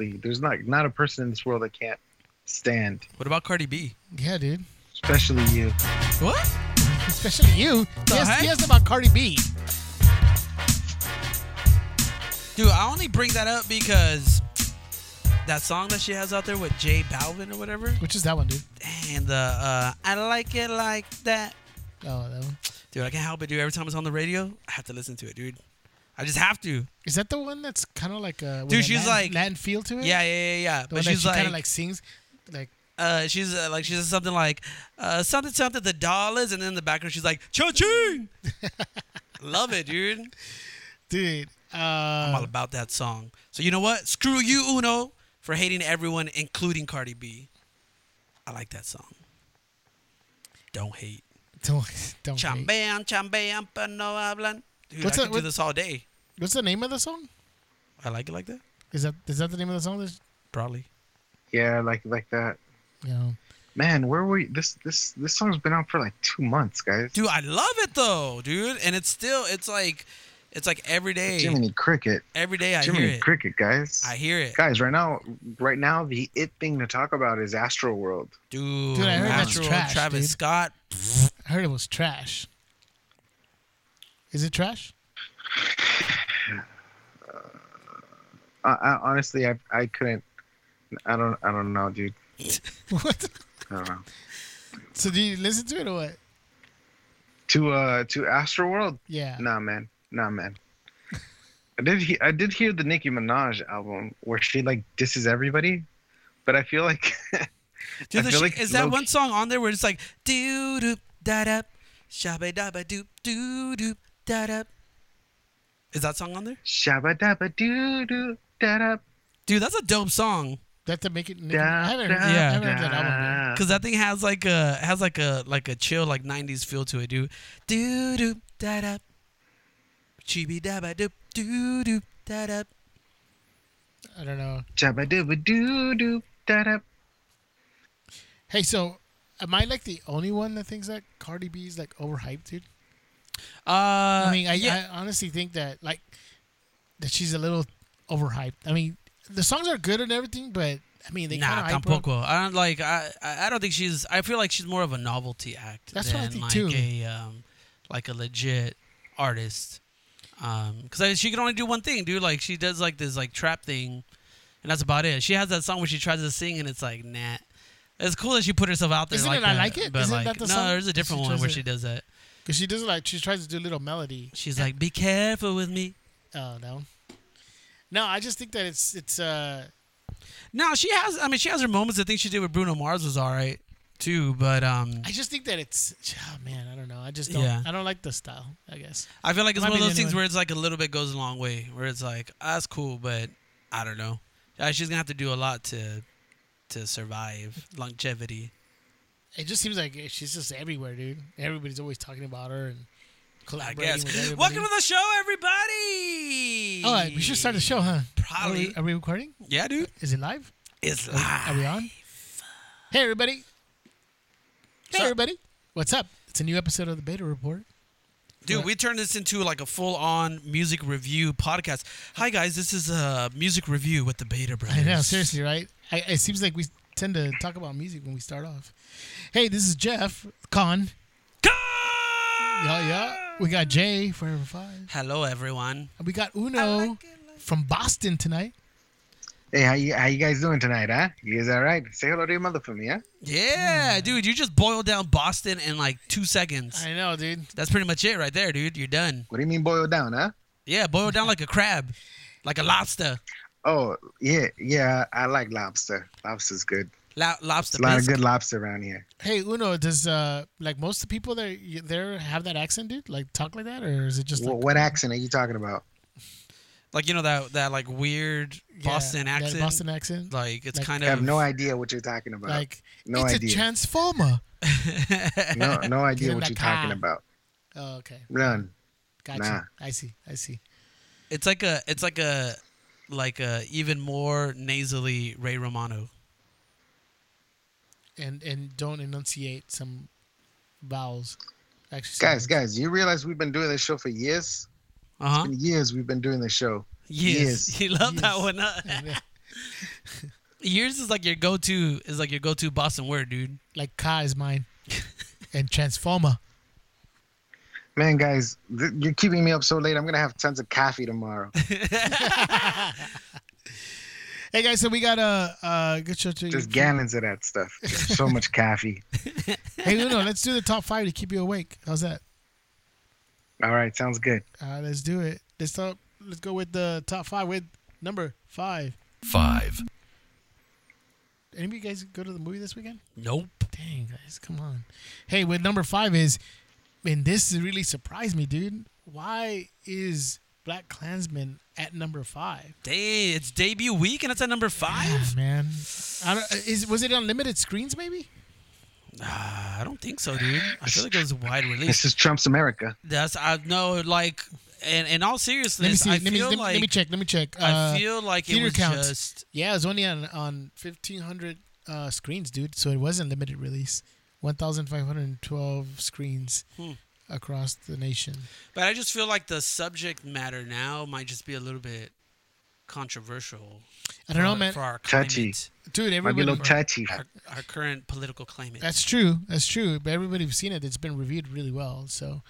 There's not not a person in this world I can't stand, What about Cardi B? Yeah, dude. especially you. What? Especially you. The Yes, heck? yes about Cardi B. Dude, I only bring that up because that song that she has out there with Jay Balvin or whatever, Which is that one, dude? and the uh, I like it like that. Oh, that one. Dude, I can't help it, dude. Every time it's on the radio, I have to listen to it, dude. I just have to. Is that the one that's kind of like a with Dude, a she's Latin, like- Latin feel to it? Yeah, yeah, yeah, yeah. The one But that she's she kind like, of like sings, like uh, she's uh, like, she says something like, uh, something, something, the dollars, and then in the background she's like, cha-ching. Love it, dude. dude. Uh, I'm all about that song. So you know what? Screw you, Uno, for hating everyone, including Cardi B. I like that song. Don't hate. don't don't. hate. Chambean, chambean, but no hablan. Dude, What's I that- could do what- this all day. What's the name of the song? I like it like that. Is that is that the name of the song? That's- Probably. Yeah, like like that. Yeah. Man, where were you? This this this song's been out for like two months, guys. Dude, I love it though, dude. And it's still, it's like, it's like every day. Jiminy Cricket, Every day I hear Jiminy it. Cricket, guys. I hear it. Guys, right now, right now, the it thing to talk about is Astro World. Dude, Dude, I heard that's Astro, trash, Travis dude. Scott. I heard it was trash. Is it trash? I, I, honestly, I I couldn't. I don't I don't know, dude. What? I don't know. so do you listen to it or what? To uh to Astro World, Yeah. nah, man, nah, man. I did he- I did hear the Nicki Minaj album where she like disses everybody, but I feel like Dude, the feel shit- like is that low-key- one song on there where it's like doo doop da da shabba dabba doop doo doop da da? Is that song on there? shabba dabba doo doo da da Dude, that's a dope song That's to make it. Nicki- da I haven't heard, da, I Yeah. haven't heard that album. dude. da. because that thing has like a has like a like a chill like '90s feel to it, dude. Doo doop da da, chibi dabba doop doo doop da da. I don't know. Shabba dabba doo doo da da. Hey, so am I like the only one that thinks that Cardi B is like overhyped, dude? Uh, I mean, I, yeah, I honestly think that like that she's a little overhyped. I mean, the songs are good and everything, but I mean, they nah, kind of hype her up. tampoco. I don't like. I I I don't think she's. I feel like she's more of a novelty act That's what I than think, like too. a um, like a legit artist. Um, because she can only do one thing, dude. Like she does like this like trap thing, and that's about it. She has that song where she tries to sing, and it's like nah. It's cool that she put herself out there. Isn't like it I that, Like It? But Isn't like, that the no, song there's a that different she one tries where to- she does that. because she does like she tries to do a little melody. She's like, "Be careful with me." Oh no, no, I just think that it's it's uh No, she has. I mean, she has her moments. The thing she did with Bruno Mars was all right too, but um, I just think that it's oh, man, I don't know. I just don't Yeah. I don't like the style. I guess I feel like it's Might one of be the those only things one. where it's like a little bit goes a long way. Where it's like ah, that's cool, but I don't know. Uh, she's gonna have to do a lot to to survive longevity. it just seems like she's just everywhere, dude. Everybody's always talking about her and I collaborating guess. with everybody. Welcome to the show, everybody. All right, we should start the show, huh? Are Probably. we, are we recording? yeah, dude. Is it live? It's Are, are we live. on? Hey, everybody. Hey, up? everybody. What's up? It's a new episode of the Beta Report. Dude, we turned this into like a full-on music review podcast. Hi guys, this is a music review with the Beta Brothers. I know, seriously, right? I, it seems like we tend to talk about music when we start off. Hey, this is Jeff Con. Yeah, yeah. We got Jay for five. Hello, everyone. And we got Uno from Boston tonight. Hey, how you how you guys doing tonight, huh? You guys all right? Say hello to your mother for me, huh? Yeah, dude, you just boiled down Boston in like two seconds. I know, dude. That's pretty much it right there, dude. You're done. What do you mean boil down, huh? Yeah, boiled down like a crab, like a lobster. Oh yeah, yeah. I like lobster. Lobster's good. Lo- lobster. There's a lot of bisque. good lobster around here. Hey, Uno, does uh like most of the people there you- there have that accent, dude? Like talk like that, or is it just Wh- like, what accent are you talking about? Like you know that that like weird yeah, Boston that accent. Boston accent. Like it's Like- kind I of have no idea what you're talking about. Like no it's idea. a transformer. no, no idea Give what him you're the talking car. about. Oh, okay. Run. Gotcha. Nah. I see. I see. It's like a it's like a like a even more nasally Ray Romano. And and don't enunciate some vowels. Actually, some Guys, words. guys, you realize we've been doing this show for years? Uh huh. In years we've been doing this show. Yes, you love that Yes. one. Huh? And, uh, Yours is like your go-to is like your go-to Boston word, dude. Like Ka is mine, and Transformer. Man, guys, th- you're keeping me up so late. I'm gonna have tons of coffee tomorrow. Hey guys, so we got a uh, uh, good show to Just gallons of that stuff. So much coffee. Hey, no, no, let's do the top five to keep you awake. How's that? All right, sounds good. All right, let's do it. Let's talk, Let's go with the top five with number five. Five. Anybody guys go to the movie this weekend? Nope. Dang, guys, come on. Hey, with number five is, and this really surprised me, dude. Why is Black Klansman at number five? Dang, it's debut week and it's at number Ah, five. man, I don't, uh, is was it on limited screens? Maybe. I don't think so, dude. I feel like it was a wide release. This is Trump's America. That's I know, like, and in all Let me seriousness, see. I let, me, feel let, me- like let me check. Let me check. Uh, I feel like it theater was count. just Yeah, it was only on on fifteen hundred uh, screens, dude. So it wasn't limited release. One thousand five hundred twelve screens Hmm. across the nation. But I just feel like the subject matter now might just be a little bit controversial. I don't know, for- man. For our climate, Touchy. Dude, Might be a everybody. little touchy. Our, our current political climate. That's true. That's true. But everybody's seen it. It's been reviewed really well. So,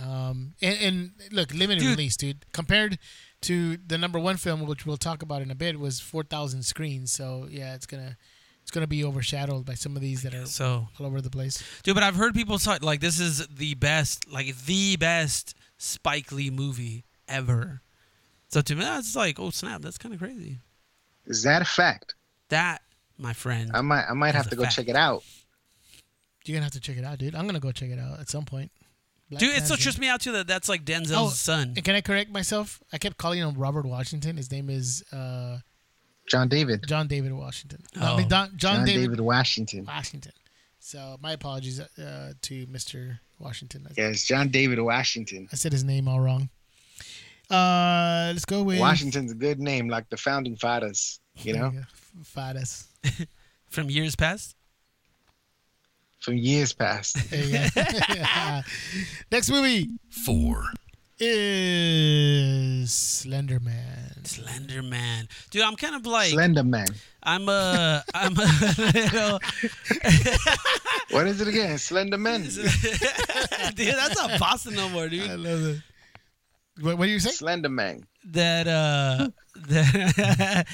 um, and, and look, limited Dude. release, dude. Compared to the number one film, which we'll talk about in a bit, was four thousand screens. So yeah, it's gonna it's gonna be overshadowed by some of these that are so, all over the place. dude, but I've heard people talk like this is the best, like the best Spike Lee movie ever. So to me, that's like, oh snap, that's kind of crazy. Is that a fact? That, my friend, I might I might That's have to a go fact. check it out. You're gonna have to check it out, dude. I'm gonna go check it out at some point. Black dude, it still Klansman. trips me out too that that's like Denzel's Oh, son. And can I correct myself? I kept calling him Robert Washington. His name is uh, John David. John David Washington. No, Oh. I mean, Don, John, John David, David Washington. Washington. So my apologies uh, to Mr. Washington. I, Yes, John David Washington. I said his name all wrong. Uh, let's go with Washington's a good name, like the founding fathers. You know, Fadas. From years past, from years past. There you go. Next movie Four. is Slender Man. Slender Man, dude, I'm kind of like, Slender Man. I'm a, I'm a little. What is it again? Slender Man. dude, that's not Boston no more, I dude. love it. What, what do you say? Slender Man. That uh, that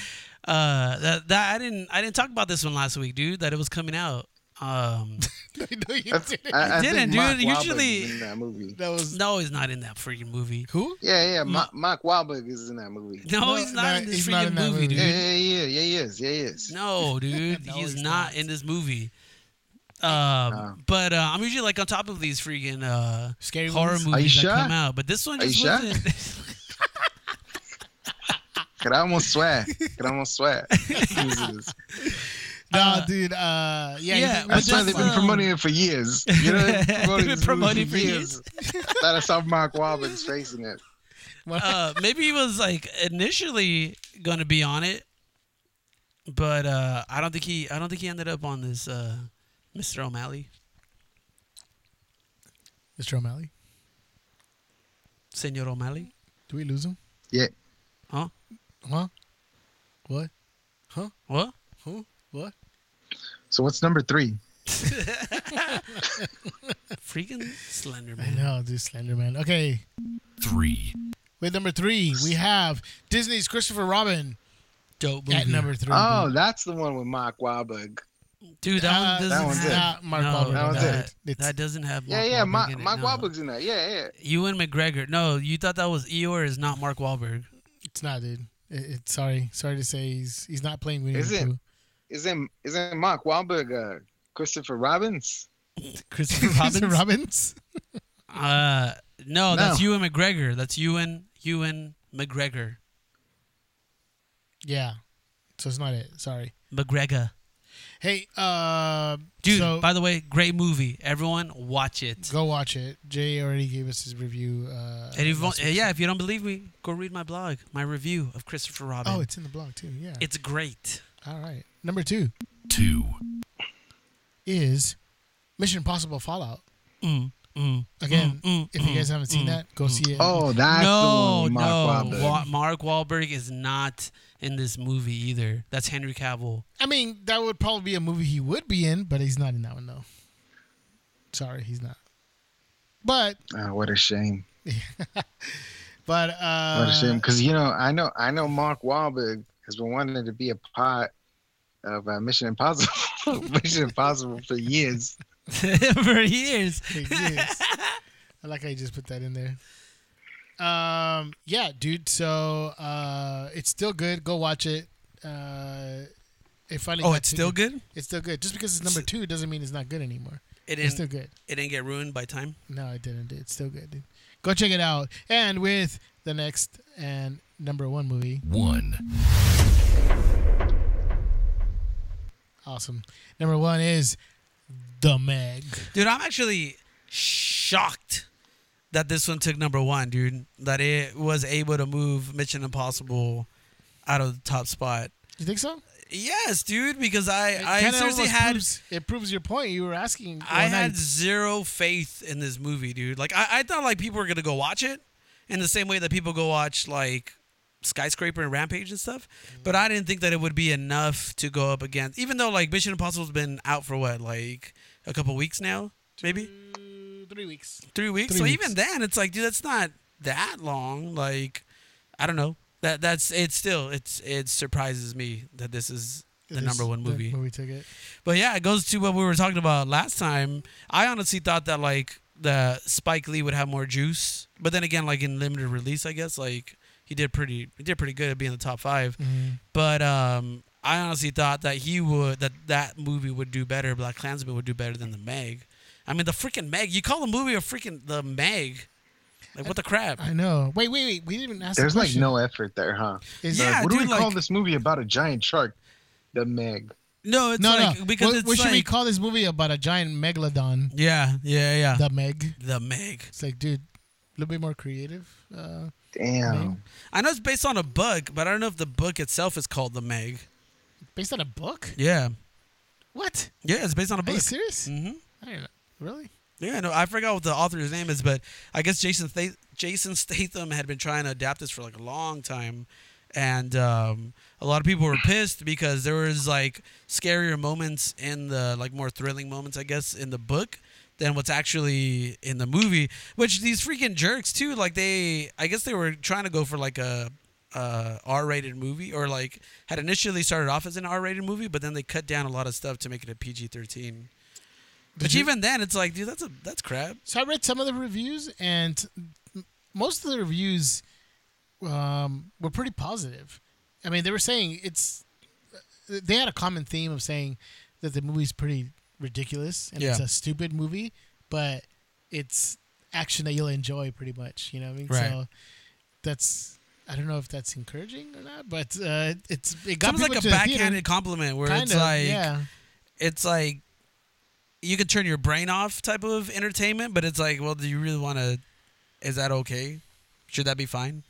uh, that, that I didn't I didn't talk about this one last week, dude. That it was coming out. Um, No, you I, didn't. I, I think Didn't, dude. Mark Wahlberg is Usually- in that movie. that was no, he's not in that freaking movie. who? Yeah, Mm. yeah. Ma- Mark Wahlberg is in that movie. No, No, he's not no, in this he's not freaking in that movie, movie. dude. Yeah, yeah, yeah, yeah, he is. Yeah, he is. No, dude, No, he's, he's not, not. in this movie. Um, but uh, I'm usually like on top of these freaking uh Scary horror movies? movies, Are you that sure? come out, but this one Are you just sure? wasn't. Could I almost swear? Could I almost swear? Jesus. No, dude. Uh, yeah, yeah, you- but That's why just, they've been um, promoting it for years. You know, they've been promoting, They've been this movie promoting for I thought I saw Mark Wahlberg's face in it. uh, maybe he was like initially going to be on it, but uh, I don't think he. I don't think he ended up on this, uh, Mr. O'Malley, Mr. O'Malley, Senor O'Malley. do we lose him? Yeah. Huh? Huh? What? What? Who? What? So what's number three? Freaking Slender I Man. know, dude. Slender Man. Okay, Three. with number three, we have Disney's Christopher Robin Dope movie. at number three. Oh, dude. that's the one with Mark Wahlberg. Dude, that Uh, one doesn't that one's have it. Not Mark no, Wahlberg. That one's that, it. that doesn't have. Yeah, Mark yeah, Mark, Wahlberg in it, Mark no. Wahlberg's in that. Yeah, yeah. Ewan McGregor. No, you thought that was Eeyore is not Mark Wahlberg. It's not, dude. It, it, sorry, sorry to say, he's he's not playing Winnie Is the it? Pooh. Isn't isn't Mark Wahlberg uh, Christopher Robbins? Christopher Is Robbins. it Robbins? Uh, no, No. that's Ewan McGregor. That's Ewan Ewan McGregor. Yeah. So it's not it. Sorry. McGregor. Hey, uh, Dude, so- by the way, great movie. Everyone, watch it. go watch it. Jay already gave us his review. Uh, And if you last want- week. yeah, if you don't believe me, go read my blog, my review of Christopher Robin. Oh, it's in the blog too. Yeah. it's great. All right. Number two Two. is Mission Impossible Fallout. Mm. Mm, Again, mm, if you guys haven't seen mm, that, go see it. Oh, that's the no, one. Mark no. Wahlberg. Wa- Mark Wahlberg is not in this movie either. That's Henry Cavill. I mean, that would probably be a movie he would be in, but he's not in that one though. Sorry, he's not. But Ah, what a shame. but What uh, a shame, because you know, I know, I know, Mark Wahlberg has been wanting to be a part of uh, Mission Impossible, Mission Impossible for years. For years. It is. I like how you just put that in there. Um, yeah, dude. So uh, it's still good. Go watch it. Uh, it finally. Oh, got it's still taken- good. It's still good. Just because it's number two doesn't mean it's not good anymore. It It's still didn't. good. It didn't get ruined by time. No, it didn't. It's still good, dude. Go check it out. And with the next and number one movie, 1. awesome. Number one is The Meg. Dude, I'm actually shocked that this one took number one, dude. That it was able to move Mission Impossible out of the top spot. You think so? Yes, dude, because I, It I kinda seriously almost had proves, it proves your point. You were asking. I well, now had you- zero faith in this movie, dude. Like I, I thought like people were gonna go watch it in the same way that people go watch like skyscraper and rampage and stuff. But I didn't think that it would be enough to go up against even though like Mission Impossible's been out for what, like a couple weeks now? Maybe? Two, three weeks. Three weeks. Three so weeks. even then it's like, dude, that's not that long. Like I don't know. That that's it's still it's it surprises me that this is the This- number one the movie. Movie took it. But yeah, it goes to what we were talking about last time. I honestly thought that like the Spike Lee would have more juice, but then again, like in limited release, I guess like he did pretty he did pretty good at being in the top 5 Mm-hmm. But um, I honestly thought that he would that that movie would do better. Black Klansman would do better than the Meg. I mean, the freaking Meg. You call the movie a freaking the Meg? Like what the crap? I know. Wait, wait, wait. We didn't even ask. the There's like question. no effort there, huh? Is Yeah, Like, what do dude, we call like- this movie about a giant shark? The Meg. No, it's no, like no. because what, it's what should we like- call this movie about a giant megalodon? Yeah, yeah, yeah. The Meg. the Meg. It's like, dude, a little bit more creative. Uh, Damn. I know it's based on a book, but I don't know if the book itself is called The Meg. based on a book. Yeah. What? Yeah, it's based on a Are book. you serious? hmm I don't know. Really? Yeah, no, I forgot what the author's name is, but I guess Jason Th- Jason Statham had been trying to adapt this for like a long time, and um, a lot of people were pissed because there was like scarier moments in the like more thrilling moments, I guess, in the book than what's actually in the movie. Which these freaking jerks too, like they, I guess they were trying to go for like a uh, R-rated movie, or like had initially started off as an R-rated movie, but then they cut down a lot of stuff to make it a PG-13. But you- even then, it's like, dude, that's a that's crap. So I read some of the reviews, and m- most of the reviews um, were pretty positive. I mean, they were saying it's. They had a common theme of saying that the movie's pretty ridiculous and it's Yeah. a stupid movie, but it's action that you'll enjoy pretty much. You know what I mean? Right. So that's. I don't know if that's encouraging or not, but uh, it's it got It's people like a to the theater, backhanded compliment where kind it's of, like yeah. it's like you could turn your brain off type of entertainment, but it's like, well, do you really want to? Is that okay? Should that be fine?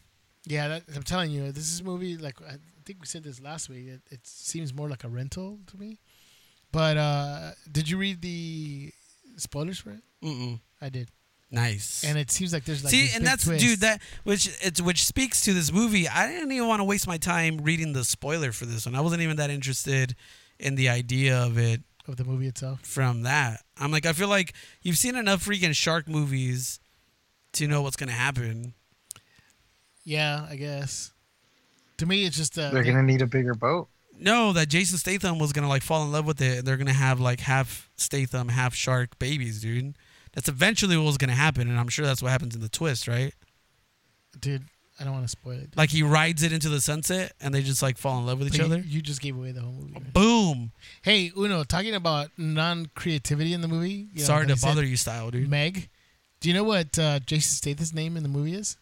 Yeah, that, I'm telling you, this is a movie like I think we said this last week. It, it seems more like a rental to me. But uh did you read the spoilers for it? Mm-mm. I did, Nice. and it seems like there's like See, this and big that's twist. dude that which it's which speaks to this movie. I didn't even want to waste my time reading the spoiler for this one. I wasn't even that interested in the idea of it. of the movie itself. from that. I'm like, I feel like you've seen enough freaking shark movies to know what's gonna happen. Yeah, I guess. To me, it's just uh, They're gonna need a bigger boat. No, that Jason Statham was gonna like fall in love with it, and they're gonna have like half Statham, half shark babies, dude. That's eventually what was gonna happen, and I'm sure that's what happens in the twist, right? dude. I don't want to spoil it. Like he rides it into the sunset, and they just like fall in love with each But you- other. You just gave away the whole movie. man. Boom! Hey, Uno, talking about non-creativity in the movie. you know, Sorry how to you said bother you, style, dude. Meg, do you know what uh, Jason Statham's name in the movie is?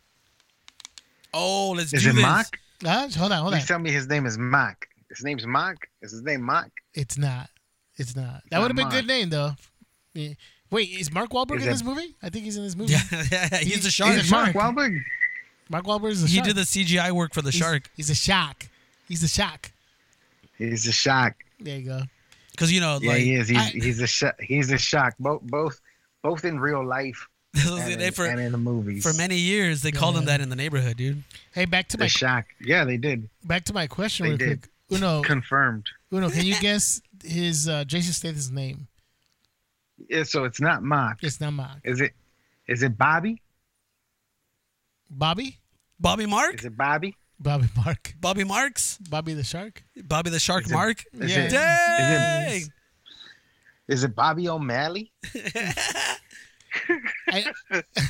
Oh, let's Is do it this. Mark? Uh, hold on, hold on. Please tell me his name is Mark. His name's Mark. Is his name Mark? It's not. It's not. That not would have been a good Mark. name though. Yeah. Wait, is Mark Wahlberg Is in that- this movie? I think he's in this movie. Yeah, yeah, he's a shark. He's a Mark shark. Wahlberg. Mark Wahlberg is a He shark. did the CGI work for the He's- shark He's a shark. He's a shark. He's a shark. There you go. because you know, Yeah, like he is. He's I- he's a sh- he's a shock. Both both both in real life That's what I was and gonna say, in, and for in the movies. for many years they called him Yeah. that in the neighborhood, dude. Hey, back to the my shock. Yeah, they did. back to my question They real did. Oh. quick. Uno, Confirmed. Uno, can you guess his uh, Jason Statham's name? Yeah, so it's not Mock. It's not Mark. Is it? Is it Bobby? Bobby. Bobby Mark, Is it Bobby? Bobby Mark. Bobby Marks, Bobby the Shark. Bobby the Shark Is it- Mark. Is Yeah. it? Dang! Is Is it Bobby O'Malley? I,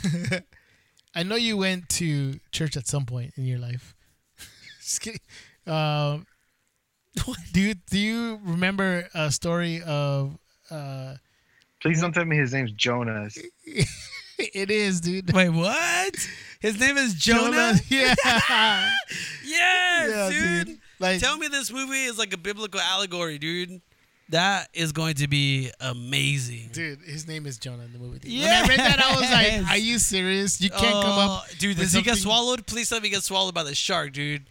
I know you went to church at some point in your life. Just kidding. Um, do you do you remember a story of? Uh, Please don't tell me his name's Jonas. it is, dude. Wait, what? His name is Jonah. Yeah. Yes, yeah, dude. Like, Tell me this movie is like a biblical allegory, dude. That is going to be amazing. dude, his name is Jonah in the movie. Dude. When I read that, I was Yes. like, "Are you serious? You can't come up." Oh, dude. with Does he get something- swallowed? Please tell me he gets swallowed by the shark, dude.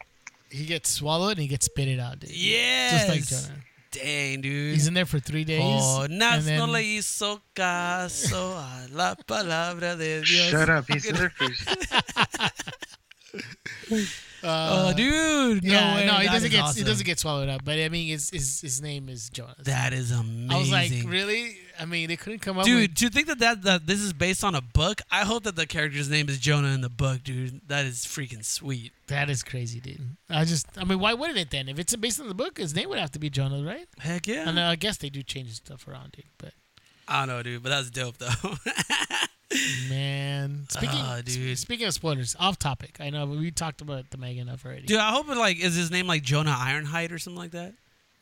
He gets swallowed and he gets spitted out, dude. Yes. Just like Jonah. Dang, dude. He's in there for three days. Oh, and Nas no then- le hizo caso a la palabra de Dios. Shut up. He's surfers. Oh, uh, dude. No Yeah, way. no, he That doesn't is get awesome. he doesn't get swallowed up. But I mean, his his, his name is Jonas. That is amazing. I was like, really? I mean, they couldn't come up Dude, with. do you think that, that that this is based on a book? I hope that the character's name is Jonah in the book, dude. That is freaking sweet. That is crazy, dude. I just, I mean, why wouldn't it then? If it's based on the book, his name would have to be Jonas, right? Heck yeah. And I guess they do change stuff around, dude. But I don't know, dude, but that's dope though. man, speaking Ah, sp- dude. speaking of spoilers, off topic. I know but we talked about the Meg enough already. dude, I hope it, like is his name like Jonah Ironhide or something like that?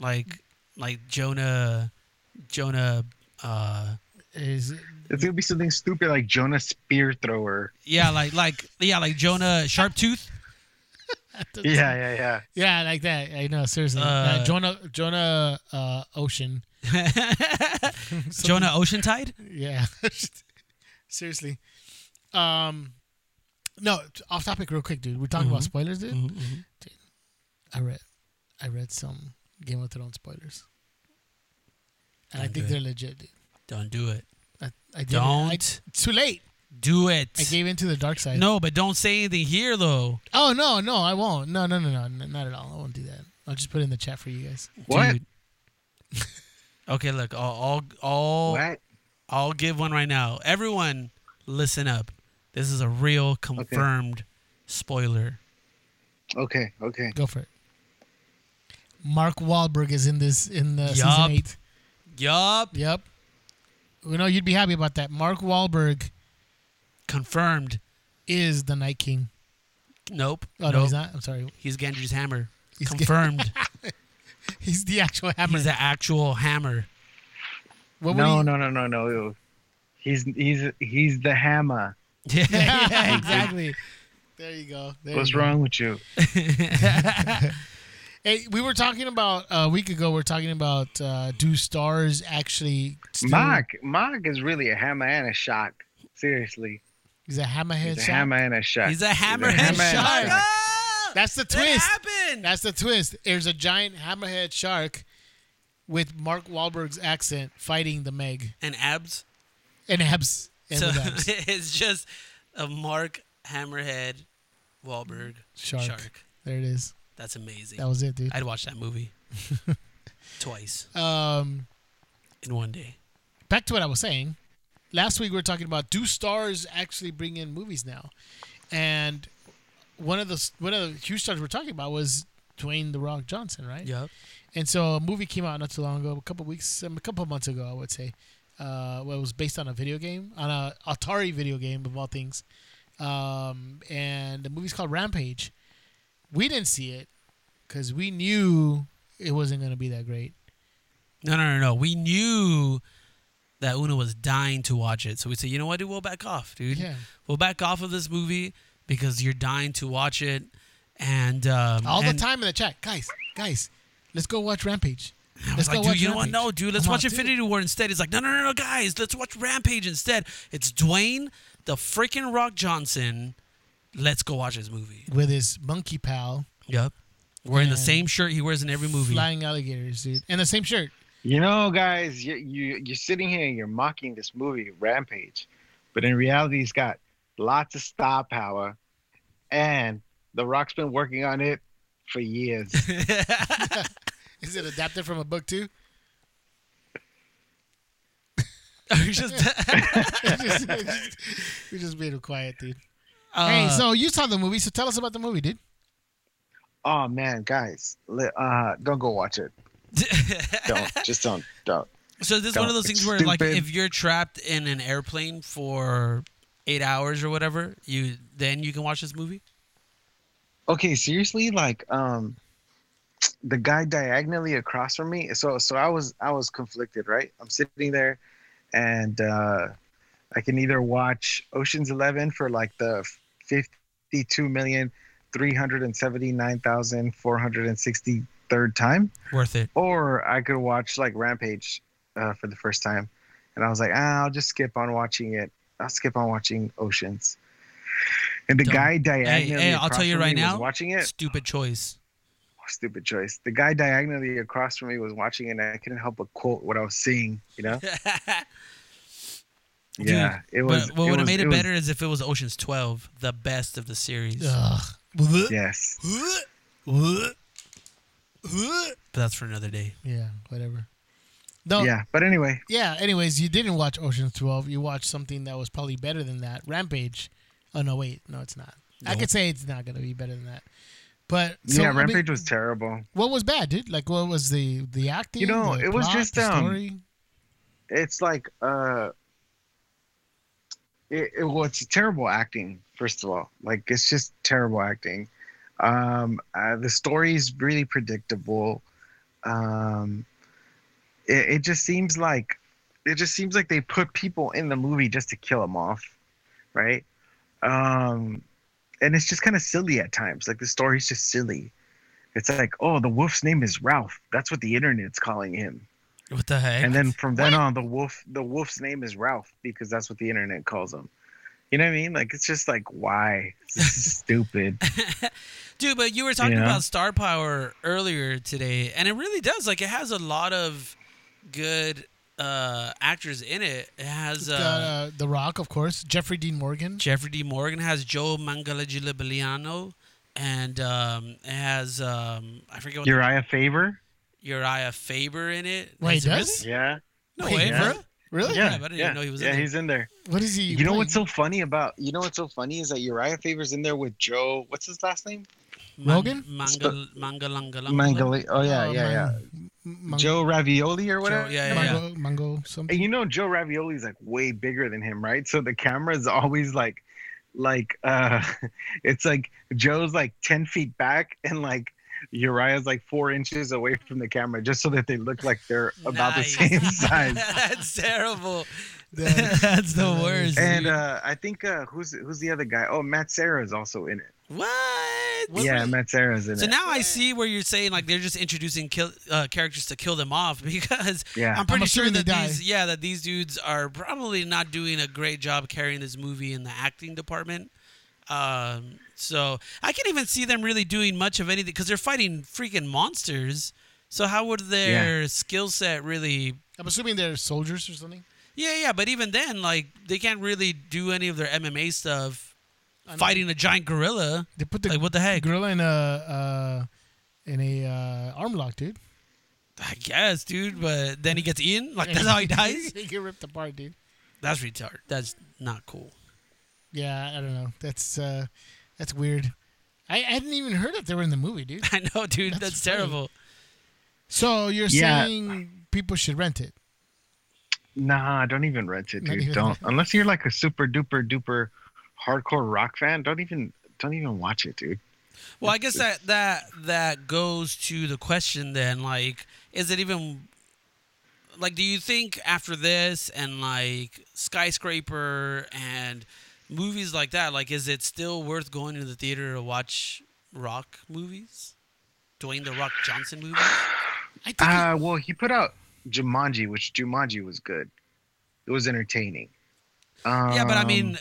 Like like Jonah Jonah uh Is It's gonna be something stupid like Jonah Spear Thrower. yeah, like like yeah, like Jonah Sharptooth. Yeah, yeah, yeah. yeah, like that. I know, seriously. Uh, Uh, Jonah Jonah uh, Ocean. Jonah Oceantide? Yeah. Seriously. Um no, off topic real quick, dude. We're talking about Mhm. spoilers, dude. Mhm. I read I read some Game of Thrones spoilers. And I Don't think do they're legit, dude. Don't do it. I, I did- Don't I- too late. do it. I gave in to the dark side. no, but don't say anything here though. Oh no, no, I won't. No, no, no, no, n- not at all. I won't do that. I'll just put it in the chat for you guys. What? Dude. okay, look, I'll I'll I'll, What? I'll give one right now. Everyone, listen up. This is a real confirmed spoiler. Okay, okay. Go for it. Mark Wahlberg is in this in the Yup. season eight. Yup, Yep. We know you'd be happy about that. Mark Wahlberg confirmed. is the Night King. Nope. Oh no, nope. he's not. I'm sorry. He's Gendry's hammer. He's Gen- confirmed. He's the actual hammer. he's the actual hammer. what would no, he- no, no, no, no. He's he's he's the hammer. Yeah, yeah, exactly. There you go. There What's you Mm-hmm. go. wrong with you? Hey, we were talking about uh, a week ago. We are talking about uh, do stars actually? still- Mock Mock is really a hammer and a shock. Seriously, He's a hammerhead. he's a shark. hammer and a shock. He's a hammer hammerhead and a shark. shark. Ah, That's the That twist. happened. That's the twist. There's a giant hammerhead shark with Mark Wahlberg's accent fighting the Meg and abs. and abs and so with abs. it's just a Mark Hammerhead Wahlberg Shark. shark. There it is. That's amazing. That was it, dude. I'd watch that movie twice Um, in one day. back to what I was saying. Last week we were talking about do stars actually bring in movies now, and one of the one of the huge stars we're talking about was Dwayne the Rock Johnson, right? Yep. And so a movie came out not too long ago, a couple weeks, um, a couple months ago, I would say. Uh, well, it was based on a video game, on a Atari video game of all things. Um, and the movie's called Rampage. We didn't see it because we knew it wasn't going to be that great. No, no, no, no. We knew that Una was dying to watch it, so we said, you know what, dude, we'll back off, dude. Yeah. We'll back off of this movie because you're dying to watch it, and um, All and the time in the chat, guys, guys, let's go watch Rampage. I Let's was go like, watch dude, you know what? Rampage. No, dude, let's Come on, watch do it. Infinity War instead. He's like, no, no, no, no, guys, let's watch Rampage instead. It's Dwayne the freaking Rock Johnson. Let's go watch this movie. With his monkey pal, Yep. Wearing the And same shirt he wears in every movie. flying alligators, dude, and the same shirt. You know, guys, you, you you're sitting here and you're mocking this movie, Rampage, But in reality, he's got lots of star power, and The Rock's been working on it for years. Is it adapted from a book too? We're just- we just, we just made him quiet, dude. uh, hey, so you saw the movie, so tell us about the movie, dude. oh man, guys, li- uh, don't go watch it. Don't just don't don't. so this is one of those It's things where, like, stupid. if you're trapped in an airplane for eight hours or whatever, you then you can watch this movie. Okay, seriously, like um the guy diagonally across from me. So so I was I was conflicted, right? I'm sitting there and uh I can either watch Ocean's 11 for like the 52 million 379,463rd time Worth it. or I could watch like Rampage uh, for the first time. And I was like, ah, I'll just skip on watching it. I'll skip on watching Oceans. And the Dumb. guy diagonally hey, I'll across tell you from right me was now, watching it. Stupid choice. Stupid choice. The guy diagonally across from me was watching it, and I couldn't help but quote what I was seeing. You know? Dude, yeah. It was. but what would was- have made it, was- better is if it was Ocean's Twelve, the best of the series. Ugh. Yes. But that's for another day. Yeah, whatever. No, yeah. Yeah. But anyway, Anyways, you didn't watch Ocean's Twelve. You watched something that was probably better than that, Rampage. Oh no, wait, no, it's not. I Nope. could say it's not gonna be better than that. But so, yeah, I mean, Rampage was terrible. what was bad, dude? Like, what was the the acting? You know, the it was plot, just, the um, story. It's like uh. It, it well, it's terrible acting. First of all, like it's just terrible acting. Um, uh, the story's really predictable. Um, it, it just seems like it just seems like they put people in the movie just to kill them off, right? Um, and it's just kind of silly at times. Like the story's just silly. It's like, oh, the wolf's name is Ralph. That's what the internet's calling him. What the heck? And then from then on, the wolf the wolf's name is Ralph because that's what the internet calls him. You know what I mean? Like it's just like why This is stupid. Dude, but you were talking Yeah. about star power earlier today, and it really does. Like, it has a lot of good uh, actors in it. It has The, uh, uh, the Rock, of course. Jeffrey Dean Morgan. Jeffrey D. Morgan, it has Joe Mangalagilabiliano, and um, it has um, I forget what the- Uriah Favor. Uriah Faber in it. Wait, Is it does really? Yeah. No Wait, way, yeah. bro. Really? Yeah, but I didn't yeah, know he was in yeah, there. he's in there. What is he? You know what's playing? so funny about you know what's so funny is that Uriah Favor's in there with Joe. What's his last name? Rogan? Mangal Mangalangalangalang. Mangali. Oh yeah, Oh, yeah, yeah. Mang- Joe Ravioli or whatever. Joe, yeah, yeah, yeah. Mango, Mango something. And you know Joe Ravioli's like way bigger than him, right? So the camera's always like like uh it's like Joe's like ten feet back and like Uriah's like four inches away from the camera just so that they look like they're about Nice. the same size. That's terrible. That- That's the that worst. is- And dude. uh I think uh who's who's the other guy? Oh Matt Sarah is also in it. what? yeah, Matt Sarah's in So it. now I see where you're saying like they're just introducing kill, uh, characters to kill them off because Yeah. I'm pretty I'm sure assuming that they die. these yeah that these dudes are probably not doing a great job carrying this movie in the acting department. Um, so I can't even see them really doing much of anything because they're fighting freaking monsters. So how would their skill set really? I'm assuming they're soldiers or something. Yeah, yeah. But even then, like they can't really do any of their MMA stuff. I know. Fighting a giant gorilla. They put the Like what the heck? gorilla in a uh, in a uh, arm lock, dude. I guess, dude. But then he gets eaten. Like that's how he dies. he get ripped apart, dude. That's retard. That's not cool. Yeah, I don't know. That's uh, that's weird. I, I hadn't even heard that they were in the movie, dude. I know, dude. That's, That's funny. terrible. So you're Yeah. saying people should rent it? Nah, don't even rent it, Not dude. even- Don't unless you're like a super duper duper hardcore rock fan, don't even don't even watch it, dude. Well, I guess that that that goes to the question then. Like, is it even like? Do you think after this and like skyscraper and movies like that, like, is it still worth going to the theater to watch rock movies? Dwayne the Rock Johnson movies? I think. Uh, well, he put out Jumanji, which Jumanji was good. It was entertaining. Um, yeah, but I mean,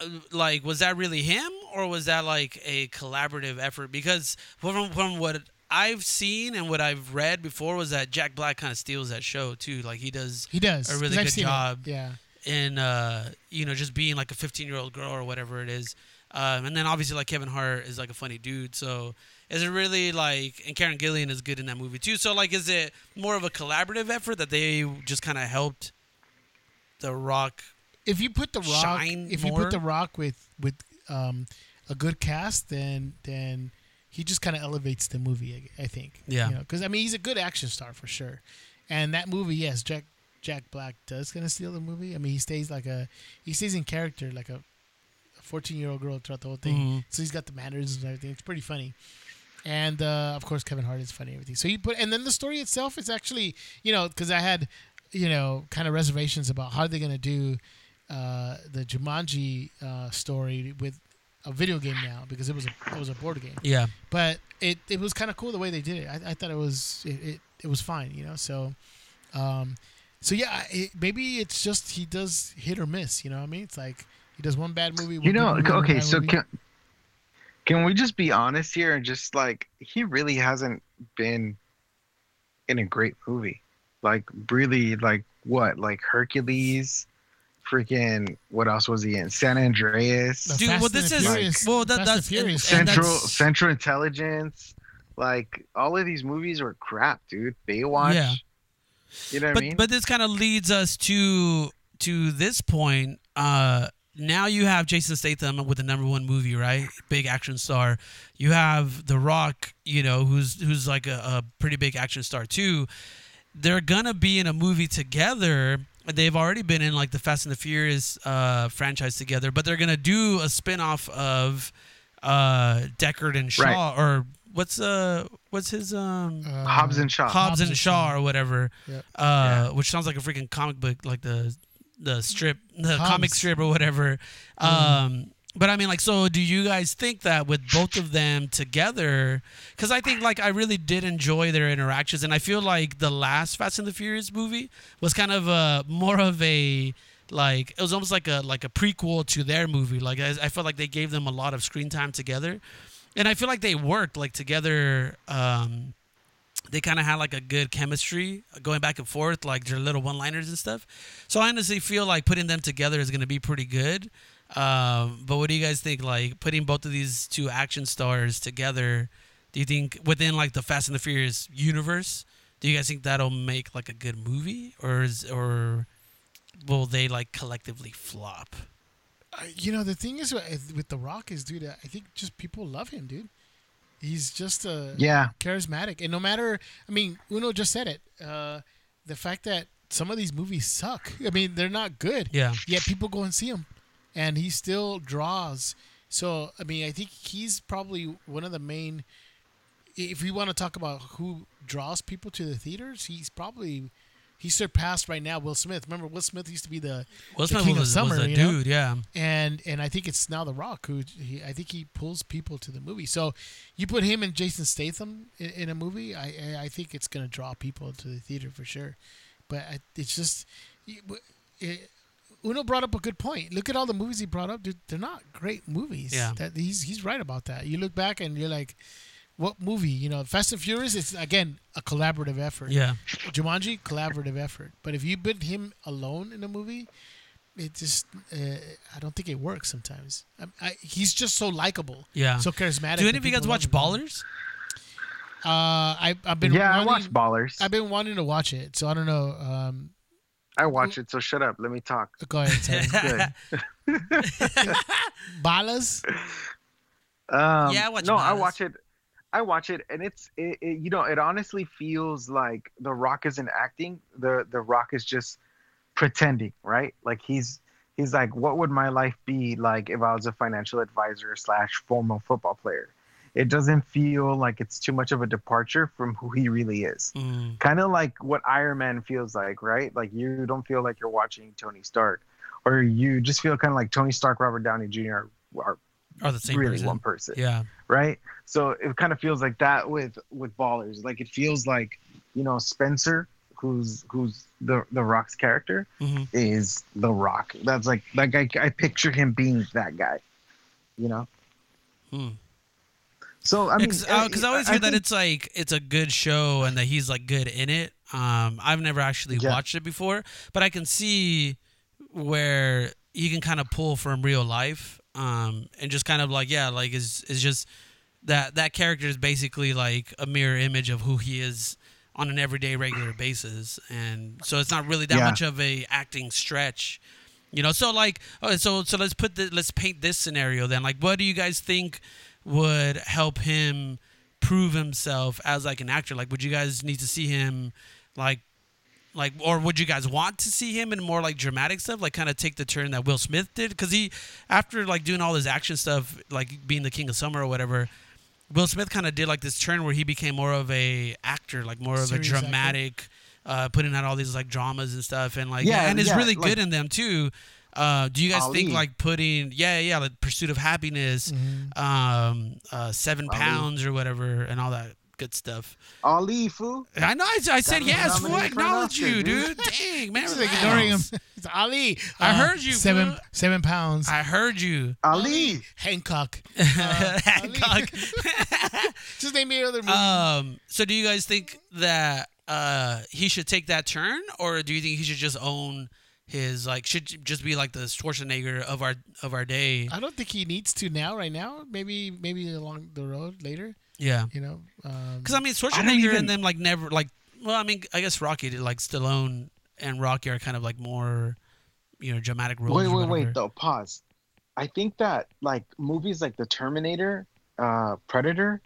uh, like, was that really him, or was that like a collaborative effort? Because from from what I've seen and what I've read before was that Jack Black kind of steals that show too. Like he does he does. a really 'cause I've good seen it. job. Yeah, in uh, you know just being like a 15 year old girl or whatever it is. Um, and then obviously like Kevin Hart is like a funny dude, so is it really like and Karen Gillian is good in that movie too. So like, is it more of a collaborative effort that they just kind of helped the Rock? If you put the rock, Shine if you more? put the rock with with um, a good cast, then then he just kind of elevates the movie. I, I think. Yeah. Because I mean, he's a good action star for sure, and that movie, yes, Jack Jack Black does kind of steal the movie. I mean, he stays like a he stays in character like a. 14 year old girl throughout the whole thing. Mhm. So he's got the manners and everything. It's pretty funny. and uh, of course Kevin Hart is funny and everything. So you put and then the story itself is actually you know because I had you know kind of reservations about how they're gonna do uh, the Jumanji uh, story with a video game now because it was a it was a board game, Yeah, but it, it was kind of cool the way they did it. I, I thought it was it, it, it was fine, you know. So, um, so yeah, it, maybe it's just he does hit or miss. You know what I mean? It's like he does one bad movie. Um, You one know, good movie, one okay, bad so movie. can can we just be honest here and just like he really hasn't been in a great movie. Like really like what? Like Hercules, freaking what else was he in? San Andreas, dude. Fast well, and this the is Furious. well that Fast and that's and, Furious. and Central that's- Central Intelligence. Like all of these movies were crap, dude. Baywatch. Yeah. You know what but I mean? but this kind of leads us to to this point. Uh, now you have Jason Statham with the number one movie, right? Big action star. You have The Rock, you know, who's who's like a, a pretty big action star too. They're gonna be in a movie together. They've already been in like the Fast and the Furious uh, franchise together, but they're gonna do a spin off of uh, Deckard and Shaw, Right. or what's uh what's his um Uh, Hobbs and Shaw. Hobbs and Shaw or whatever, Yeah. uh, which sounds like a freaking comic book, like the the strip, the Hobbs. comic strip or whatever. Um, but I mean, like, so do you guys think that with both of them together? Because I think like I really did enjoy their interactions, and I feel like the last Fast and the Furious movie was kind of a more of a like it was almost like a like a prequel to their movie. Like I, I felt like they gave them a lot of screen time together, and I feel like they worked like together. Um, they kind of had like a good chemistry going back and forth, like their little one liners and stuff. So I honestly feel like putting them together is going to be pretty good. Um, but what do you guys think? Like putting both of these two action stars together, do you think within like the Fast and the Furious universe, do you guys think that'll make like a good movie or is, or will they like collectively flop? I- you know the thing is uh, with with the rock is dude i think just people love him dude he's just a yeah. charismatic and no matter i mean uno just said it uh the fact that some of these movies suck i mean they're not good Yeah. yet people go and see him and he still draws so i mean i think he's probably one of the main if we want to talk about who draws people to the theaters he's probably he surpassed right now will smith remember will smith used to be the Will The Smith King was, of Summer, was a you know? dude, yeah. and and I think it's now The Rock who he, I think he pulls people to the movie. So you put him and Jason Statham in, in a movie, I I- I think it's gonna draw people to the theater for sure. But I, it's just it- it- Uno brought up a good point. Look at all the movies he brought up, dude. They're not great movies. Yeah. that he's he's right about that. You look back and you're like. What movie? You know, Fast and Furious. It's again a collaborative effort. Yeah. Jumanji, collaborative effort. But if you put him alone in a movie, it just uh, I don't think it works sometimes. I, I, he's just so likable. Yeah. So charismatic. Uh, Do that any of you guys people watch love him. Ballers? Uh, I I've been Yeah, I wanting- watch Ballers. I've been wanting to watch it, so I don't know. Um, I watch it, so shut up. Let me talk. go ahead, Teddy. Good. Balas. Um, Yeah, I watch no, I Ballers. watch it. I watch it, and it's it, it, you know it honestly feels like The Rock isn't acting. The The Rock is just pretending, right? Like he's he's like, what would my life be like if I was a financial advisor slash former football player? It doesn't feel like it's too much of a departure from who he really is. Mm, Kind of like what Iron Man feels like, right? Like you don't feel like you're watching Tony Stark, or you just feel kind of like Tony Stark, Robert Downey Jr. are, are are the same really person. one person Yeah. right? So it kind of feels like that with with ballers. Like it feels like you know Spencer, who's who's the the Rock's character, Mhm. is the Rock. That's like like I, I picture him being that guy, you know. Hmm. So I mean, because I, uh, 'cause I always hear that think- it's like it's a good show and that he's like good in it. Um, I've never actually Yeah. watched it before, but I can see where you can kind of pull from real life um, and just kind of like yeah like it's, it's just that that character is basically like a mirror image of who he is on an everyday regular basis and so it's not really that Yeah. much of a acting stretch you know so like oh, so so let's put the let's paint this scenario then like what do you guys think would help him prove himself as like an actor like would you guys need to see him like like or would you guys want to see him in more like dramatic stuff like kind of take the turn that will smith did because he after like doing all his action stuff like being the king of summer or whatever will smith kind of did like this turn where he became more of a actor like more of Serious a actor. dramatic uh putting out all these like dramas and stuff and like Yeah, and is yeah, really like- good in them too uh do you guys think Ali. like putting yeah yeah like pursuit of happiness um uh seven Mm-hmm. Ali. pounds or whatever and all that good stuff Ali, fool. I know. I, I said was yes. nominated Well, I for an acknowledge Oscar, you, dude. dude. Dang, man. He's like relax. ignoring him. It's Ali. I Uh, heard you, Seven fool. seven pounds. I heard you. Ali. Hancock. Uh, Hancock. Just name me another movie. um. So, do you guys think that uh he should take that turn, or do you think he should just own his like should j- just be like the Schwarzenegger of our of our day? Uh, I don't think he needs to now. Right now, maybe maybe along the road later. Yeah. You know. Um, Because I mean, Schwarzenegger even- and them like never like. Well, I mean, I guess Rocky did like Stallone and Rocky are kind of like more, you know, dramatic roles. Wait, or wait, whatever. wait. Though, pause. I think that like movies like The Terminator, uh, Predator,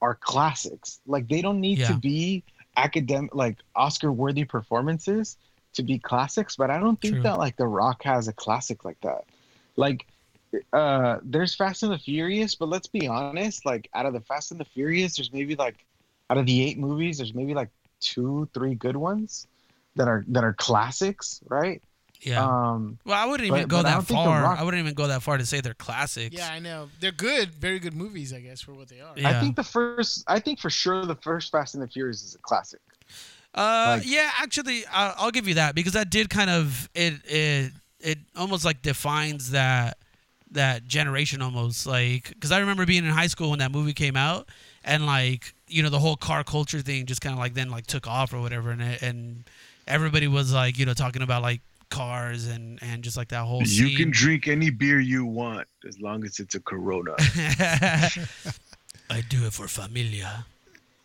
are classics. Like they don't need to Yeah. be academic, like Oscar-worthy performances to be classics. But I don't think True. that like The Rock has a classic like that. Like, uh, there's Fast and the Furious, but let's be honest. Like out of the Fast and the Furious, there's maybe like out of the eight movies, there's maybe like two, three good ones that are that are classics, right? Yeah. Um. Well, I wouldn't But- even go but I that don't think The far. Rock- I wouldn't even go that far to say they're classics. yeah, I know they're good, very good movies. I guess for what they are. Yeah. I think the first, I think for sure the first Fast and the Furious is a classic. Uh, Like- yeah, actually, I I'll give you that because that did kind of it it it almost like defines that that generation almost like because I remember being in high school when that movie came out and like you know the whole car culture thing just kind of like then like took off or whatever and it, and everybody was like you know talking about like cars and and just like that whole You scene. can drink any beer you want as long as it's a Corona. Uh, I do it for familia.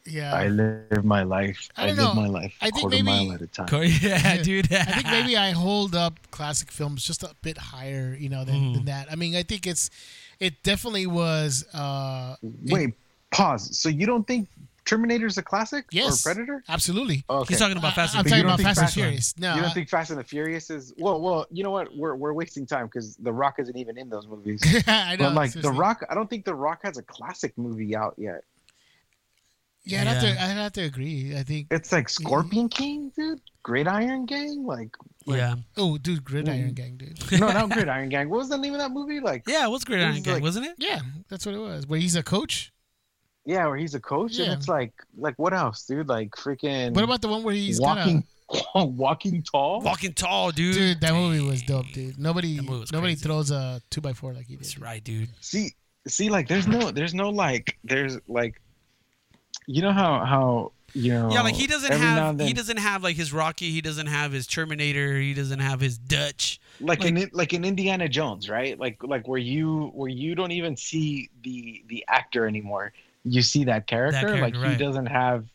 Yeah. I live my life. I I, don't live know. my life I a think quarter maybe- mile at a time. Yeah, dude. I think maybe I hold up classic films just a bit higher, you know, than, Mm-hmm. than that. I mean, I think it's, it definitely was. Uh, Wait, pause. So you don't think Terminator's a classic yes, or Predator? Oh, Absolutely. Okay. He's talking about Fast I, and am you talking don't about think Fast and Fast and- Furious. No, you I- don't think Fast and the Furious is well, well, you know what? We're we're wasting time because The Rock isn't even in those movies. I know. but like The seriously. Rock, I don't think The Rock has a classic movie out yet. Yeah, I'd, Have to, Yeah. I'd have to agree. I think. It's like Scorpion King, dude. Gridiron Gang, like yeah. Oh, dude, Mm-hmm. Gridiron Gang, dude. no, not Gridiron Gang. What was the name of that movie? Like Yeah, it was great This Iron is Gang, like- wasn't it? Yeah, that's what it was. Where he's a coach. yeah, where he's a coach, Yeah. and it's like like what else, dude? Like freaking What about the one where he's got a- walking walking tall. Walking tall, dude. Dude, that movie was dope, dude. Nobody, That movie was nobody crazy. throws a two by four like he did. That's right, dude. see see like there's no there's no like there's like you know how how you know yeah, like he doesn't Oh, every now have and then, he doesn't have like his Rocky, he doesn't have his Terminator, he doesn't have his Dutch. like, like- in in like in Indiana Jones right like like where you where you don't even see the the actor anymore you see that character, character, like right. he doesn't have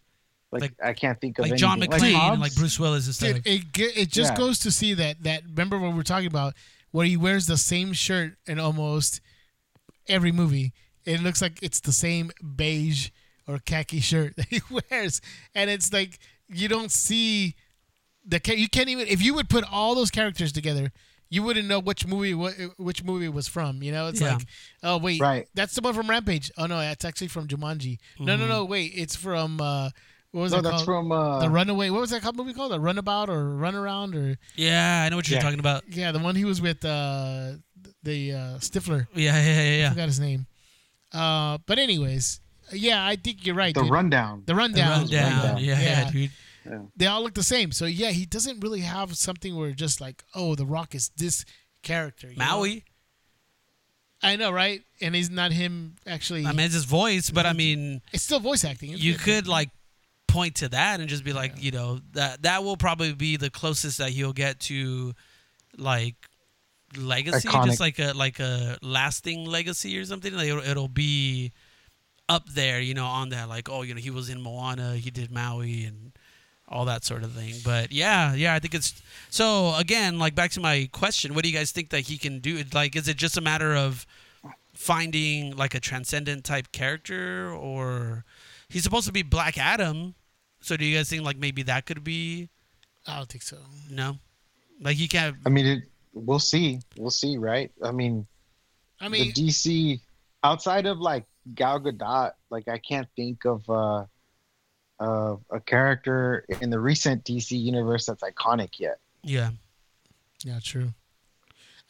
like, Like- I can't think of Like anything. John McClane and Hobbs? like Bruce Willis and stuff. Dude, it ge- it just Yeah. goes to see that that remember what we we're talking about where he wears the same shirt in almost every movie. It looks like it's the same beige or khaki shirt that he wears, and it's like you don't see the ca- you can't even if you would put all those characters together. You wouldn't know which movie what, which movie it was from, you know. It's Yeah. like, oh wait, Right. that's the one from Rampage. Oh no, that's actually from Jumanji. No, no, no, wait, it's from uh, what was Mm-hmm. no it that's called? from uh the Runaway. What was that called movie called? The Runabout or Runaround or yeah, I know what you're Yeah. talking about. yeah, the one he was with uh, the uh, Stifler. Yeah, yeah, yeah, yeah. Forgot his name. Uh, but anyways, yeah, I think you're right. the dude. rundown the The rundown. rundown. Rundown. Yeah, yeah, Yeah. dude. They all look the same. So yeah, he doesn't really have something where just like, oh, The Rock is this character. you know? Maui. I know, right? And he's not him actually. I mean, it's his voice, but I mean, it's still voice acting. It's you good. could like point to that and just be like, you know, that that will probably be the closest that he'll get to like legacy, Iconic. just like a like a lasting legacy or something. Like it'll, it'll be up there, you know, on that. Like oh, you know, he was in Moana, he did Maui, and all that sort of thing. But yeah, yeah, I think it's so. Again, like back to my question, what do you guys think that he can do? Like, is it just a matter of finding like a transcendent type character, or he's supposed to be Black Adam? So do you guys think like maybe that could be I don't think so. no? Like he can't. I mean, it, we'll see. We'll see, right? I mean, I mean, the DC outside of like Gal Gadot, like I can't think of uh, of a character in the recent DC universe that's iconic yet. Yeah, yeah, true.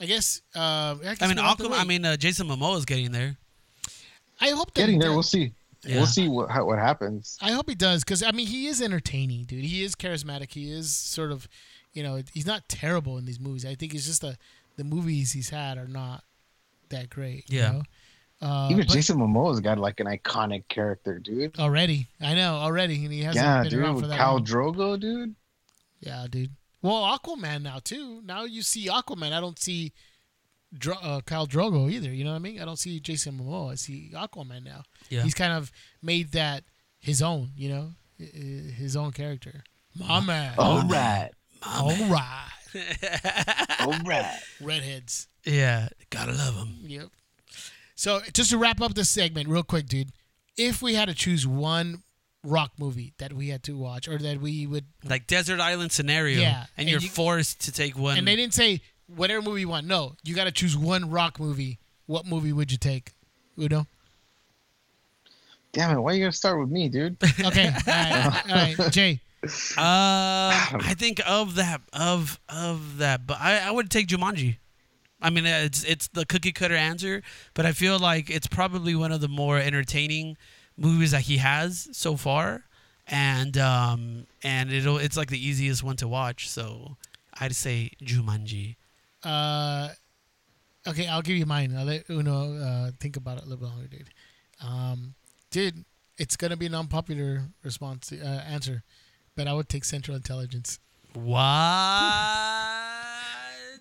I guess. Uh, guess I mean we'll have to Aquaman. wait. I mean uh, Jason Momoa is getting there. I hope that Getting he there, does- we'll see. Yeah. We'll see what how, what happens. I hope he does because I mean he is entertaining, dude. He is charismatic. He is sort of, you know, he's not terrible in these movies. I think it's just the the movies he's had are not that great. you Yeah. know? Uh, Even but- Jason Momoa's got like an iconic character, dude. already, I know already, and he hasn't Yeah, been dude. around for With that Khal long. Drogo, dude. Yeah, dude. Well, Aquaman now too. Now you see Aquaman. I don't see Dro- uh, Kyle Drogo either. You know what I mean? I don't see Jason Momoa. I see Aquaman now. Yeah. He's kind of made that his own. You know, I- I- his own character. My man. All right, All right. all right. Redheads. yeah, gotta love him. Yep. So just to wrap up this segment real quick, dude. If we had to choose one rock movie that we had to watch or that we would Like desert island scenario. Yeah, and, and you're you- forced to take one. and they didn't say whatever movie you want. No, you got to choose one rock movie. What movie would you take? Udo? Damn it! Why you gonna start with me, dude? Okay. All right. All right. Jay. Um, I think of that of of that, but I, I would take Jumanji. I mean, it's it's the cookie cutter answer, but I feel like it's probably one of the more entertaining movies that he has so far, and um and it'll it's like the easiest one to watch. So I'd say Jumanji. Uh, okay, I'll give you mine. I'll let Uno uh, think about it a little bit longer, dude. Um, dude, it's gonna be an unpopular response uh, answer, but I would take Central Intelligence. What?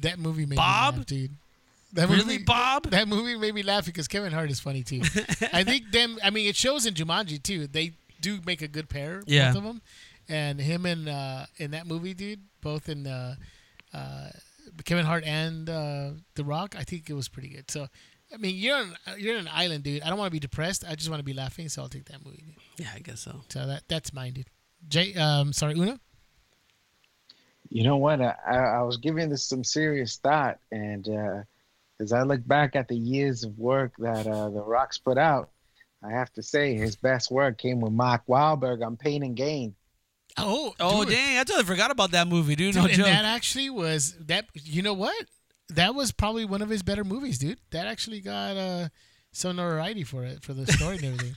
That movie made Bob? me laugh, dude. That Really, movie, Bob? That movie made me laugh because Kevin Hart is funny too. I think them. I mean, it shows in Jumanji too. They do make a good pair, Yeah. both of them, and him and uh, in that movie, dude, both in uh, uh, Kevin Hart and uh, The Rock. I think it was pretty good. So, I mean, you're on, you're on an island, dude. I don't want to be depressed. I just want to be laughing. So I'll take that movie. Dude. Yeah, I guess so. So that that's mine, dude. Jay, um, sorry, Una. You know what? I, I, I was giving this some serious thought, and uh, as I look back at the years of work that uh, The Rock's put out, I have to say his best work came with Mark Wahlberg on Pain and Gain. Oh, Oh dude. dang! I totally forgot about that movie, dude. Dude, no and joke. that actually was that. You know what? That was probably one of his better movies, dude. That actually got uh, some notoriety for it for the story and everything.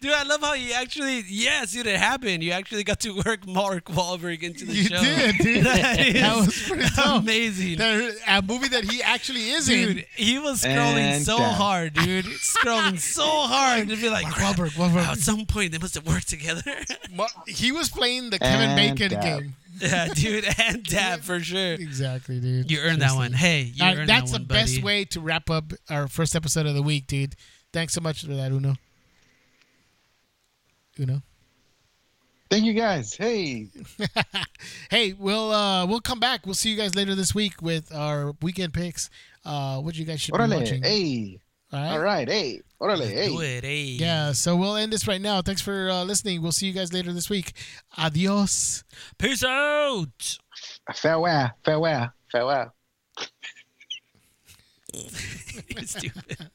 Dude, I love how you actually yes, dude, it happened. You actually got to work Mark Wahlberg into the you show. did, dude. That is that was pretty dope. amazing. That- a movie that he actually is Dude, in. he was scrolling And so down. hard, dude. Scrolling so hard to be like, Mark "Crap, Wahlberg, at Wahlberg. some point they must have worked together. Mar- He was playing the Kevin And Bacon Dab. game. yeah, dude, and dab for sure. Exactly, dude. You earned that Seriously. one. Hey, you All right, earned that's that one, the best buddy. way to wrap up our first episode of the week, dude. Thanks so much for that, Uno. Uno. Thank you guys. Hey, hey, we'll uh, we'll come back. We'll see you guys later this week with our weekend picks. Uh, what you guys should be watching. orale, hey, All right? all right, hey, orale, Do hey. it, hey. Yeah. So we'll end this right now. Thanks for uh, listening. We'll see you guys later this week. Adios. Peace out. Farewell, farewell, farewell. Stupid.